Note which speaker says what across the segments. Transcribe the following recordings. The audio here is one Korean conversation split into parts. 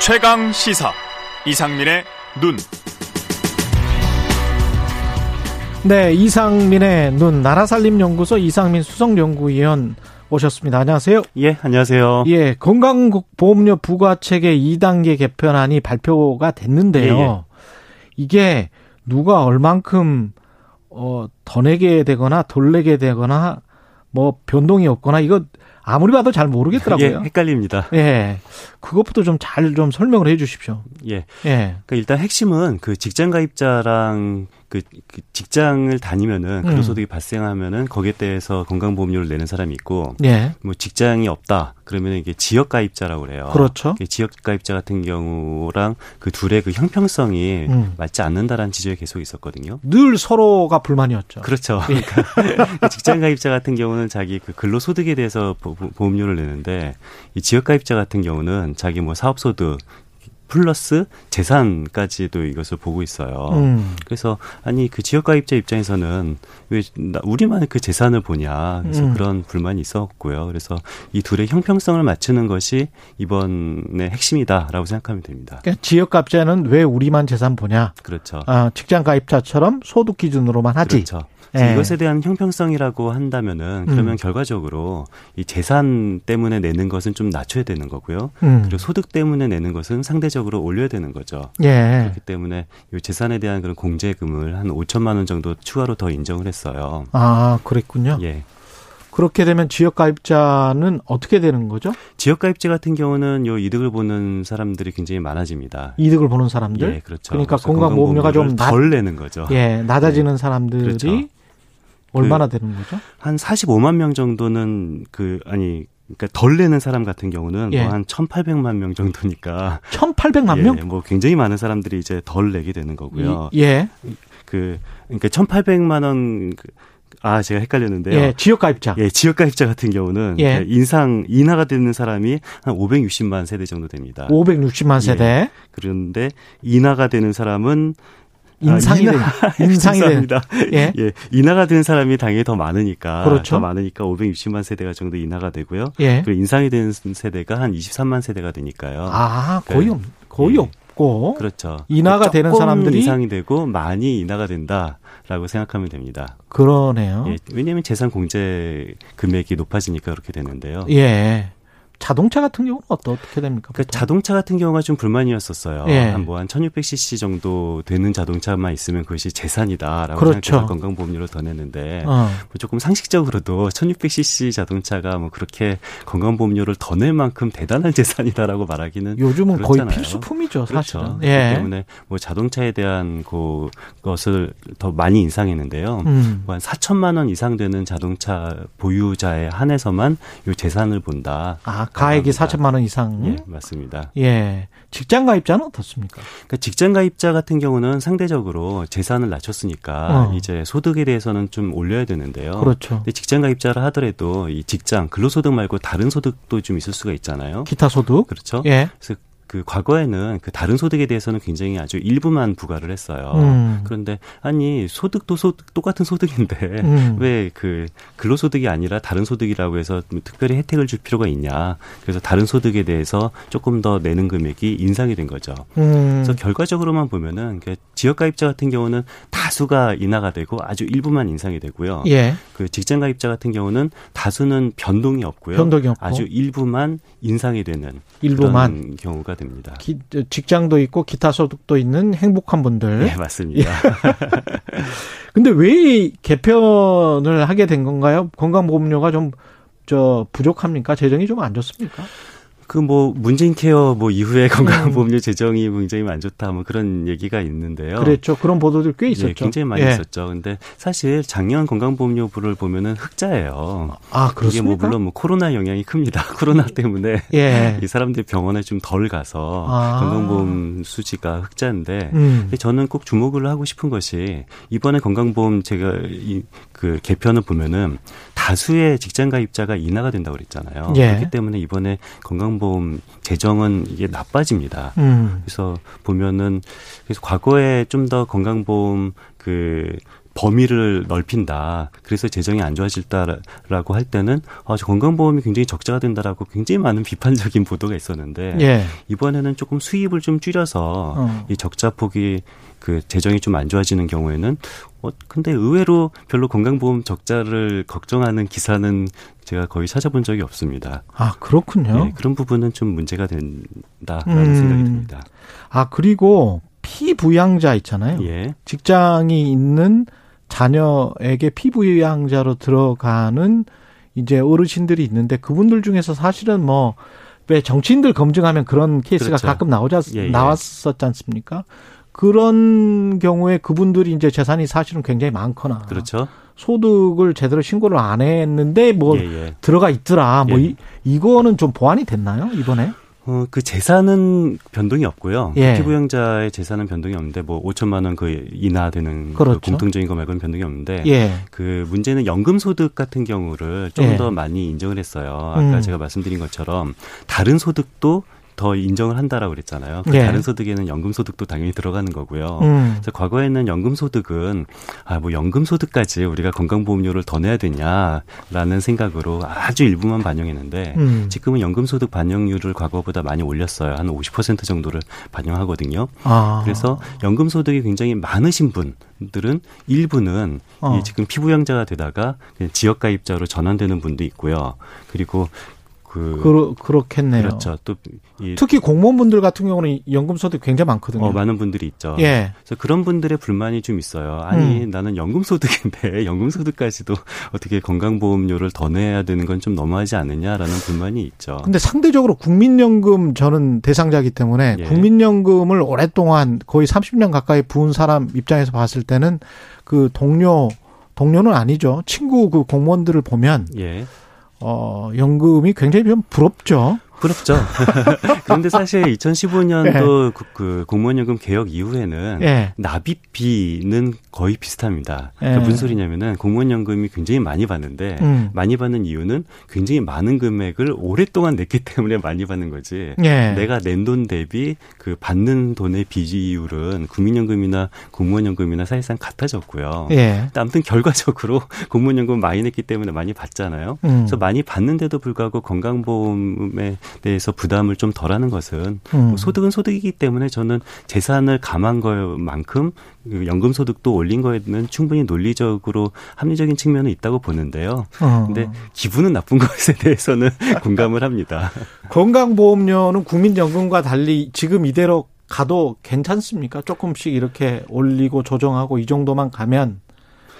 Speaker 1: 최강 시사 이상민의 눈.
Speaker 2: 네, 이상민의 눈 나라살림연구소 이상민 수석연구위원 오셨습니다. 안녕하세요.
Speaker 3: 예, 안녕하세요.
Speaker 2: 예, 건강보험료 부과체계 2단계 개편안이 발표가 됐는데요.
Speaker 3: 예, 예.
Speaker 2: 이게 누가 얼만큼 어, 더 내게 되거나 덜 내게 되거나 뭐 변동이 없거나 이거 아무리 봐도 잘
Speaker 3: 예,
Speaker 2: 모르겠더라고요.
Speaker 3: 헷갈립니다.
Speaker 2: 예. 그것부터 좀 잘 좀 설명을 해 주십시오.
Speaker 3: 예.
Speaker 2: 예.
Speaker 3: 그러니까 일단 핵심은 그 직장 가입자랑 그, 그 직장을
Speaker 2: 음.
Speaker 3: 다니면은 근로소득이 발생하면은 거기에 대해서 건강보험료를 내는 사람이 있고
Speaker 2: 예.
Speaker 3: 뭐 직장이 없다 그러면 이게 지역 가입자라고 그래요.
Speaker 2: 그렇죠.
Speaker 3: 이게 지역 가입자 같은 경우랑 그 둘의 그 형평성이
Speaker 2: 음.
Speaker 3: 맞지 않는다라는 지적이 계속 있었거든요.
Speaker 2: 늘 서로가 불만이었죠.
Speaker 3: 그렇죠. 그러니까 직장 가입자 같은 경우는 자기 그 근로 소득에 대해서 보- 보- 보험료를 내는데 이 지역 가입자 같은 경우는 자기 뭐 사업 소득 플러스 재산까지도 이것을 보고 있어요.
Speaker 2: 음.
Speaker 3: 그래서 아니 그 지역 가입자 입장에서는 왜 나- 우리만 그 재산을 보냐 그래서
Speaker 2: 음.
Speaker 3: 그런 불만이 있었고요. 그래서 이 둘의 형평성을 맞추는 것이 이번의 핵심이다라고 생각하면 됩니다.
Speaker 2: 그러니까 지역 갑자는 왜 우리만 재산 보냐?
Speaker 3: 그렇죠.
Speaker 2: 아, 직장 가입자처럼 소득 기준으로만 하지.
Speaker 3: 그렇죠.
Speaker 2: 예.
Speaker 3: 이것에 대한 형평성이라고 한다면은 그러면
Speaker 2: 음.
Speaker 3: 결과적으로 이 재산 때문에 내는 것은 좀 낮춰야 되는 거고요.
Speaker 2: 음.
Speaker 3: 그리고 소득 때문에 내는 것은 상대적으로 올려야 되는 거죠.
Speaker 2: 예.
Speaker 3: 그렇기 때문에 이 재산에 대한 그런 공제금을 한 5천만 원 정도 추가로 더 인정을 했어요.
Speaker 2: 아, 그랬군요.
Speaker 3: 예.
Speaker 2: 그렇게 되면 지역 가입자는 어떻게 되는 거죠?
Speaker 3: 지역 가입자 같은 경우는 요 이득을 보는 사람들이 굉장히 많아집니다.
Speaker 2: 이득을 보는 사람들.
Speaker 3: 예, 그렇죠.
Speaker 2: 그러니까
Speaker 3: 그래서
Speaker 2: 건강보험료가 좀
Speaker 3: 건강보험료를
Speaker 2: 낮-
Speaker 3: 덜 내는 거죠.
Speaker 2: 예, 낮아지는 사람들이
Speaker 3: 그렇죠.
Speaker 2: 얼마나 되는 거죠?
Speaker 3: 한 45만 명 정도는 그 아니 그러니까 덜 내는 사람 같은 경우는
Speaker 2: 예.
Speaker 3: 뭐한 1,800만 명 정도니까
Speaker 2: 1,800만
Speaker 3: 예,
Speaker 2: 명?
Speaker 3: 뭐 굉장히 많은 사람들이 이제 덜 내게 되는 거고요.
Speaker 2: 이- 예.
Speaker 3: 그 그러니까 1,800만 원 그- 아, 제가 헷갈렸는데요.
Speaker 2: 예,
Speaker 3: 예.
Speaker 2: 지역 가입자.
Speaker 3: 지역가입자 같은 경우는
Speaker 2: 예.
Speaker 3: 그러니까 인상 인하가 되는 사람이 한 560만 세대 정도 됩니다. 예.
Speaker 2: 560만 세대.
Speaker 3: 아, 그런데 인하가 되는 사람은 아,
Speaker 2: 인상이
Speaker 3: 인하-
Speaker 2: 된 인상이 된
Speaker 3: 죄송합니다.
Speaker 2: 예.
Speaker 3: 예, 인하가 되는 사람이 당연히 더 많으니까
Speaker 2: 그렇죠.
Speaker 3: 더 많으니까 560만 세대가 정도 인하가 되고요.
Speaker 2: 예.
Speaker 3: 그리고 인상이 되는 세대가 한 23만 세대가 되니까요.
Speaker 2: 아, 거의
Speaker 3: 네.
Speaker 2: 없, 거의
Speaker 3: 예.
Speaker 2: 없고.
Speaker 3: 그렇죠.
Speaker 2: 인하가 되는
Speaker 3: 조금
Speaker 2: 사람들이-
Speaker 3: 인상이 되고 많이 인하가 된다라고 생각하면 됩니다.
Speaker 2: 그러네요.
Speaker 3: 예, 왜냐하면 재산 공제 금액이 높아지니까 그렇게 되는데요.
Speaker 2: 예. 자동차 같은 경우는 어떠, 어떻게 됩니까?
Speaker 3: 어. 그
Speaker 2: 보통?
Speaker 3: 자동차 같은 경우가 좀 불만이었었어요.
Speaker 2: 예.
Speaker 3: 한 뭐 한 1600cc 정도 되는 자동차만 있으면 그것이 재산이다라고
Speaker 2: 그렇죠.
Speaker 3: 생각해서 건강보험료를 더 냈는데
Speaker 2: 어.
Speaker 3: 뭐 조금 상식적으로도 1600cc 자동차가 뭐 그렇게 건강보험료를 더 낼 만큼 대단한 재산이다라고 말하기는
Speaker 2: 요즘은 거의
Speaker 3: 그렇잖아요.
Speaker 2: 필수품이죠,
Speaker 3: 그렇죠.
Speaker 2: 사실은. 예.
Speaker 3: 그렇기 때문에 뭐 자동차에 대한 그- 것을 더 많이 인상했는데요.
Speaker 2: 음.
Speaker 3: 뭐한 4천만 원 이상 되는 자동차 보유자에 한해서만 요 재산을 본다.
Speaker 2: 아, 가액이
Speaker 3: 합니다.
Speaker 2: 4천만 원 이상.
Speaker 3: 예, 맞습니다.
Speaker 2: 예. 직장 가입자는 어떻습니까?
Speaker 3: 그러니까 직장 가입자 같은 경우는 상대적으로 재산을 낮췄으니까
Speaker 2: 어.
Speaker 3: 이제 소득에 대해서는 좀 올려야 되는데요.
Speaker 2: 그렇죠.
Speaker 3: 근데 직장 가입자를 하더라도 이 직장 근로소득 말고 다른 소득도 좀 있을 수가 있잖아요.
Speaker 2: 기타 소득.
Speaker 3: 그렇죠?
Speaker 2: 예.
Speaker 3: 그래서 그 과거에는 그 다른 소득에 대해서는 굉장히 아주 일부만 부과를 했어요.
Speaker 2: 음.
Speaker 3: 그런데 아니 소득도 소득 똑같은 소득인데
Speaker 2: 음.
Speaker 3: 왜 그 근로소득이 아니라 다른 소득이라고 해서 뭐 특별히 혜택을 줄 필요가 있냐? 그래서 다른 소득에 대해서 조금 더 내는 금액이 인상이 된 거죠.
Speaker 2: 음.
Speaker 3: 그래서 결과적으로만 보면은 그 지역가입자 같은 경우는 다수가 인하가 되고 아주 일부만 인상이 되고요.
Speaker 2: 예.
Speaker 3: 그 직장가입자 같은 경우는 다수는 변동이 없고요.
Speaker 2: 변동이 없고.
Speaker 3: 아주 일부만 인상이 되는
Speaker 2: 일부만.
Speaker 3: 그런 경우가 됩니다.
Speaker 2: 기- 직장도 있고 기타 소득도 있는 행복한 분들.
Speaker 3: 예, 맞습니다.
Speaker 2: 근데 왜 이 개편을 하게 된 건가요? 건강보험료가 좀, 저, 부족합니까? 재정이 좀 안 좋습니까?
Speaker 3: 그 뭐 문재인 케어 뭐 이후에
Speaker 2: 음.
Speaker 3: 건강보험료 재정이 굉장히 안 좋다 뭐 그런 얘기가 있는데요.
Speaker 2: 그랬죠. 그런 보도들 꽤 있었죠.
Speaker 3: 예, 굉장히 많이
Speaker 2: 예.
Speaker 3: 있었죠. 근데 사실 작년 건강보험료부를 보면은 흑자예요.
Speaker 2: 아,
Speaker 3: 이게 뭐
Speaker 2: 그렇습니까?
Speaker 3: 물론 뭐 코로나 영향이 큽니다. 코로나 때문에
Speaker 2: 예.
Speaker 3: 이 사람들이 병원에 좀 덜 가서
Speaker 2: 아.
Speaker 3: 건강보험 수지가 흑자인데
Speaker 2: 음.
Speaker 3: 근데 저는 꼭 주목을 하고 싶은 것이 이번에 건강보험 제가 이 그 개편을 보면은 다수의 직장 가입자가 인하가 된다고 그랬잖아요.
Speaker 2: 예.
Speaker 3: 그렇기 때문에 이번에 건강보험 재정은 이게 나빠집니다.
Speaker 2: 음.
Speaker 3: 그래서 보면은 그래서 과거에 좀 더 건강보험 그 범위를 넓힌다. 그래서 재정이 안 좋아질다라고 할 때는 아, 저 건강보험이 굉장히 적자가 된다라고 굉장히 많은 비판적인 보도가 있었는데
Speaker 2: 예.
Speaker 3: 이번에는 조금 수입을 좀 줄여서
Speaker 2: 어.
Speaker 3: 이 적자 폭이 그 재정이 좀 안 좋아지는 경우에는 어 근데 의외로 별로 건강보험 적자를 걱정하는 기사는 제가 거의 찾아본 적이 없습니다.
Speaker 2: 아, 그렇군요.
Speaker 3: 예, 그런 부분은 좀 문제가 된다라는
Speaker 2: 음.
Speaker 3: 생각이 듭니다.
Speaker 2: 아, 그리고 피부양자 있잖아요.
Speaker 3: 예,
Speaker 2: 직장이 있는 자녀에게 피부양자로 들어가는 이제 어르신들이 있는데 그분들 중에서 사실은 뭐 왜 정치인들 검증하면 그런 케이스가
Speaker 3: 그렇죠.
Speaker 2: 가끔 나오지 않-
Speaker 3: 예, 예.
Speaker 2: 나왔었지 않습니까? 그런 경우에 그분들이 이제 재산이 사실은 굉장히 많거나
Speaker 3: 그렇죠.
Speaker 2: 소득을 제대로 신고를 안 했는데 뭐
Speaker 3: 예, 예.
Speaker 2: 들어가 있더라. 뭐
Speaker 3: 예.
Speaker 2: 이, 이거는 좀 보완이 됐나요 이번에?
Speaker 3: 어, 그 재산은 변동이 없고요.
Speaker 2: 예.
Speaker 3: 피부양자의 재산은 변동이 없는데 뭐 5천만 원 그 인하되는 그
Speaker 2: 그렇죠.
Speaker 3: 공통적인 거 말고는 변동이 없는데
Speaker 2: 예.
Speaker 3: 그 문제는 연금 소득 같은 경우를 좀
Speaker 2: 예.
Speaker 3: 더 많이 인정을 했어요. 아까
Speaker 2: 음.
Speaker 3: 제가 말씀드린 것처럼 다른 소득도 더 인정을 한다라고 그랬잖아요. 그
Speaker 2: 예.
Speaker 3: 다른 소득에는 연금 소득도 당연히 들어가는 거고요.
Speaker 2: 음.
Speaker 3: 그래서 과거에는 연금 소득은 아 뭐 연금 소득까지 우리가 건강보험료를 더 내야 되냐라는 생각으로 아주 일부만 반영했는데
Speaker 2: 음.
Speaker 3: 지금은 연금소득 반영률을 과거보다 많이 올렸어요. 한 50% 정도를 반영하거든요.
Speaker 2: 아.
Speaker 3: 그래서 연금소득이 굉장히 많으신 분들은 일부는
Speaker 2: 어.
Speaker 3: 이 지금 피부양자가 되다가 그냥 지역가입자로 전환되는 분도 있고요. 그리고 그
Speaker 2: 그러, 그렇겠네요.
Speaker 3: 그렇죠. 또이
Speaker 2: 특히 공무원분들 같은 경우는 연금 소득 굉장히 많거든요.
Speaker 3: 어, 많은 분들이 있죠.
Speaker 2: 예.
Speaker 3: 그래서 그런 분들의 불만이 좀 있어요. 아니
Speaker 2: 음.
Speaker 3: 나는 연금소득인데 연금소득까지도 어떻게 건강보험료를 더 내야 되는 건 좀 너무하지 않느냐라는 불만이 있죠.
Speaker 2: 근데 상대적으로 국민연금 저는 대상자이기 때문에
Speaker 3: 예.
Speaker 2: 국민연금을 오랫동안 거의 30년 가까이 부은 사람 입장에서 봤을 때는 그 동료 동료는 아니죠. 친구 그 공무원들을 보면
Speaker 3: 예.
Speaker 2: 어 연금이 굉장히 좀 부럽죠.
Speaker 3: 부럽죠. 그렇죠. 그런데 사실 2015년도 그, 그 공무원연금 개혁 이후에는
Speaker 2: 예.
Speaker 3: 납입비는 거의 비슷합니다.
Speaker 2: 예.
Speaker 3: 그러니까 무슨 소리냐면은 공무원연금이 굉장히 많이 받는데
Speaker 2: 음.
Speaker 3: 많이 받는 이유는 굉장히 많은 금액을 오랫동안 냈기 때문에 많이 받는 거지.
Speaker 2: 예.
Speaker 3: 내가 낸 돈 대비 그 받는 돈의 비율은 국민연금이나 공무원연금이나 사실상 같아졌고요.
Speaker 2: 예.
Speaker 3: 아무튼 결과적으로 공무원연금 많이 냈기 때문에 많이 받잖아요.
Speaker 2: 음.
Speaker 3: 그래서 많이 받는데도 불구하고 건강보험에 대해서 부담을 좀 덜하는 것은
Speaker 2: 음.
Speaker 3: 뭐 소득은 소득이기 때문에 저는 재산을 감한 것만큼 그 연금 소득도 올린 거에는 충분히 논리적으로 합리적인 측면은 있다고 보는데요.
Speaker 2: 어.
Speaker 3: 근데 기분은 나쁜 것에 대해서는 공감을 합니다.
Speaker 2: 건강보험료는 국민연금과 달리 지금 이대로 가도 괜찮습니까? 조금씩 이렇게 올리고 조정하고 이 정도만 가면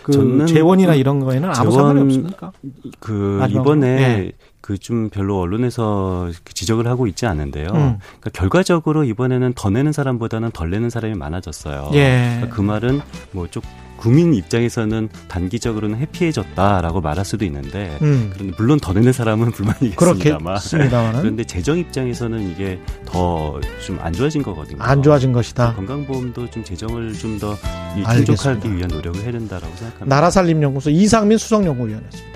Speaker 2: 그
Speaker 3: 저는
Speaker 2: 재원이나 이런 거에는 아무
Speaker 3: 재원-
Speaker 2: 상관이 없습니까?
Speaker 3: 그
Speaker 2: 마지막으로.
Speaker 3: 이번에
Speaker 2: 예.
Speaker 3: 그 좀 별로 언론에서 그 지적을 하고 있지 않은데요.
Speaker 2: 음.
Speaker 3: 그러니까 결과적으로 이번에는 더 내는 사람보다는 덜 내는 사람이 많아졌어요.
Speaker 2: 예.
Speaker 3: 그 말은 뭐 좀 국민 입장에서는 단기적으로는 해피해졌다라고 말할 수도 있는데
Speaker 2: 음.
Speaker 3: 그런데 물론 더 내는 사람은 불만이겠습니다만
Speaker 2: 그렇겠습니다만은
Speaker 3: 그런데 재정 입장에서는 이게 더 좀 안 좋아진 거거든요.
Speaker 2: 안 좋아진 것이다.
Speaker 3: 건강보험도 좀 재정을 좀 더
Speaker 2: 알겠습니다.
Speaker 3: 충족하기 위한 노력을 해야 된다라고 생각합니다.
Speaker 2: 나라살림연구소 이상민 수석연구위원이었습니다.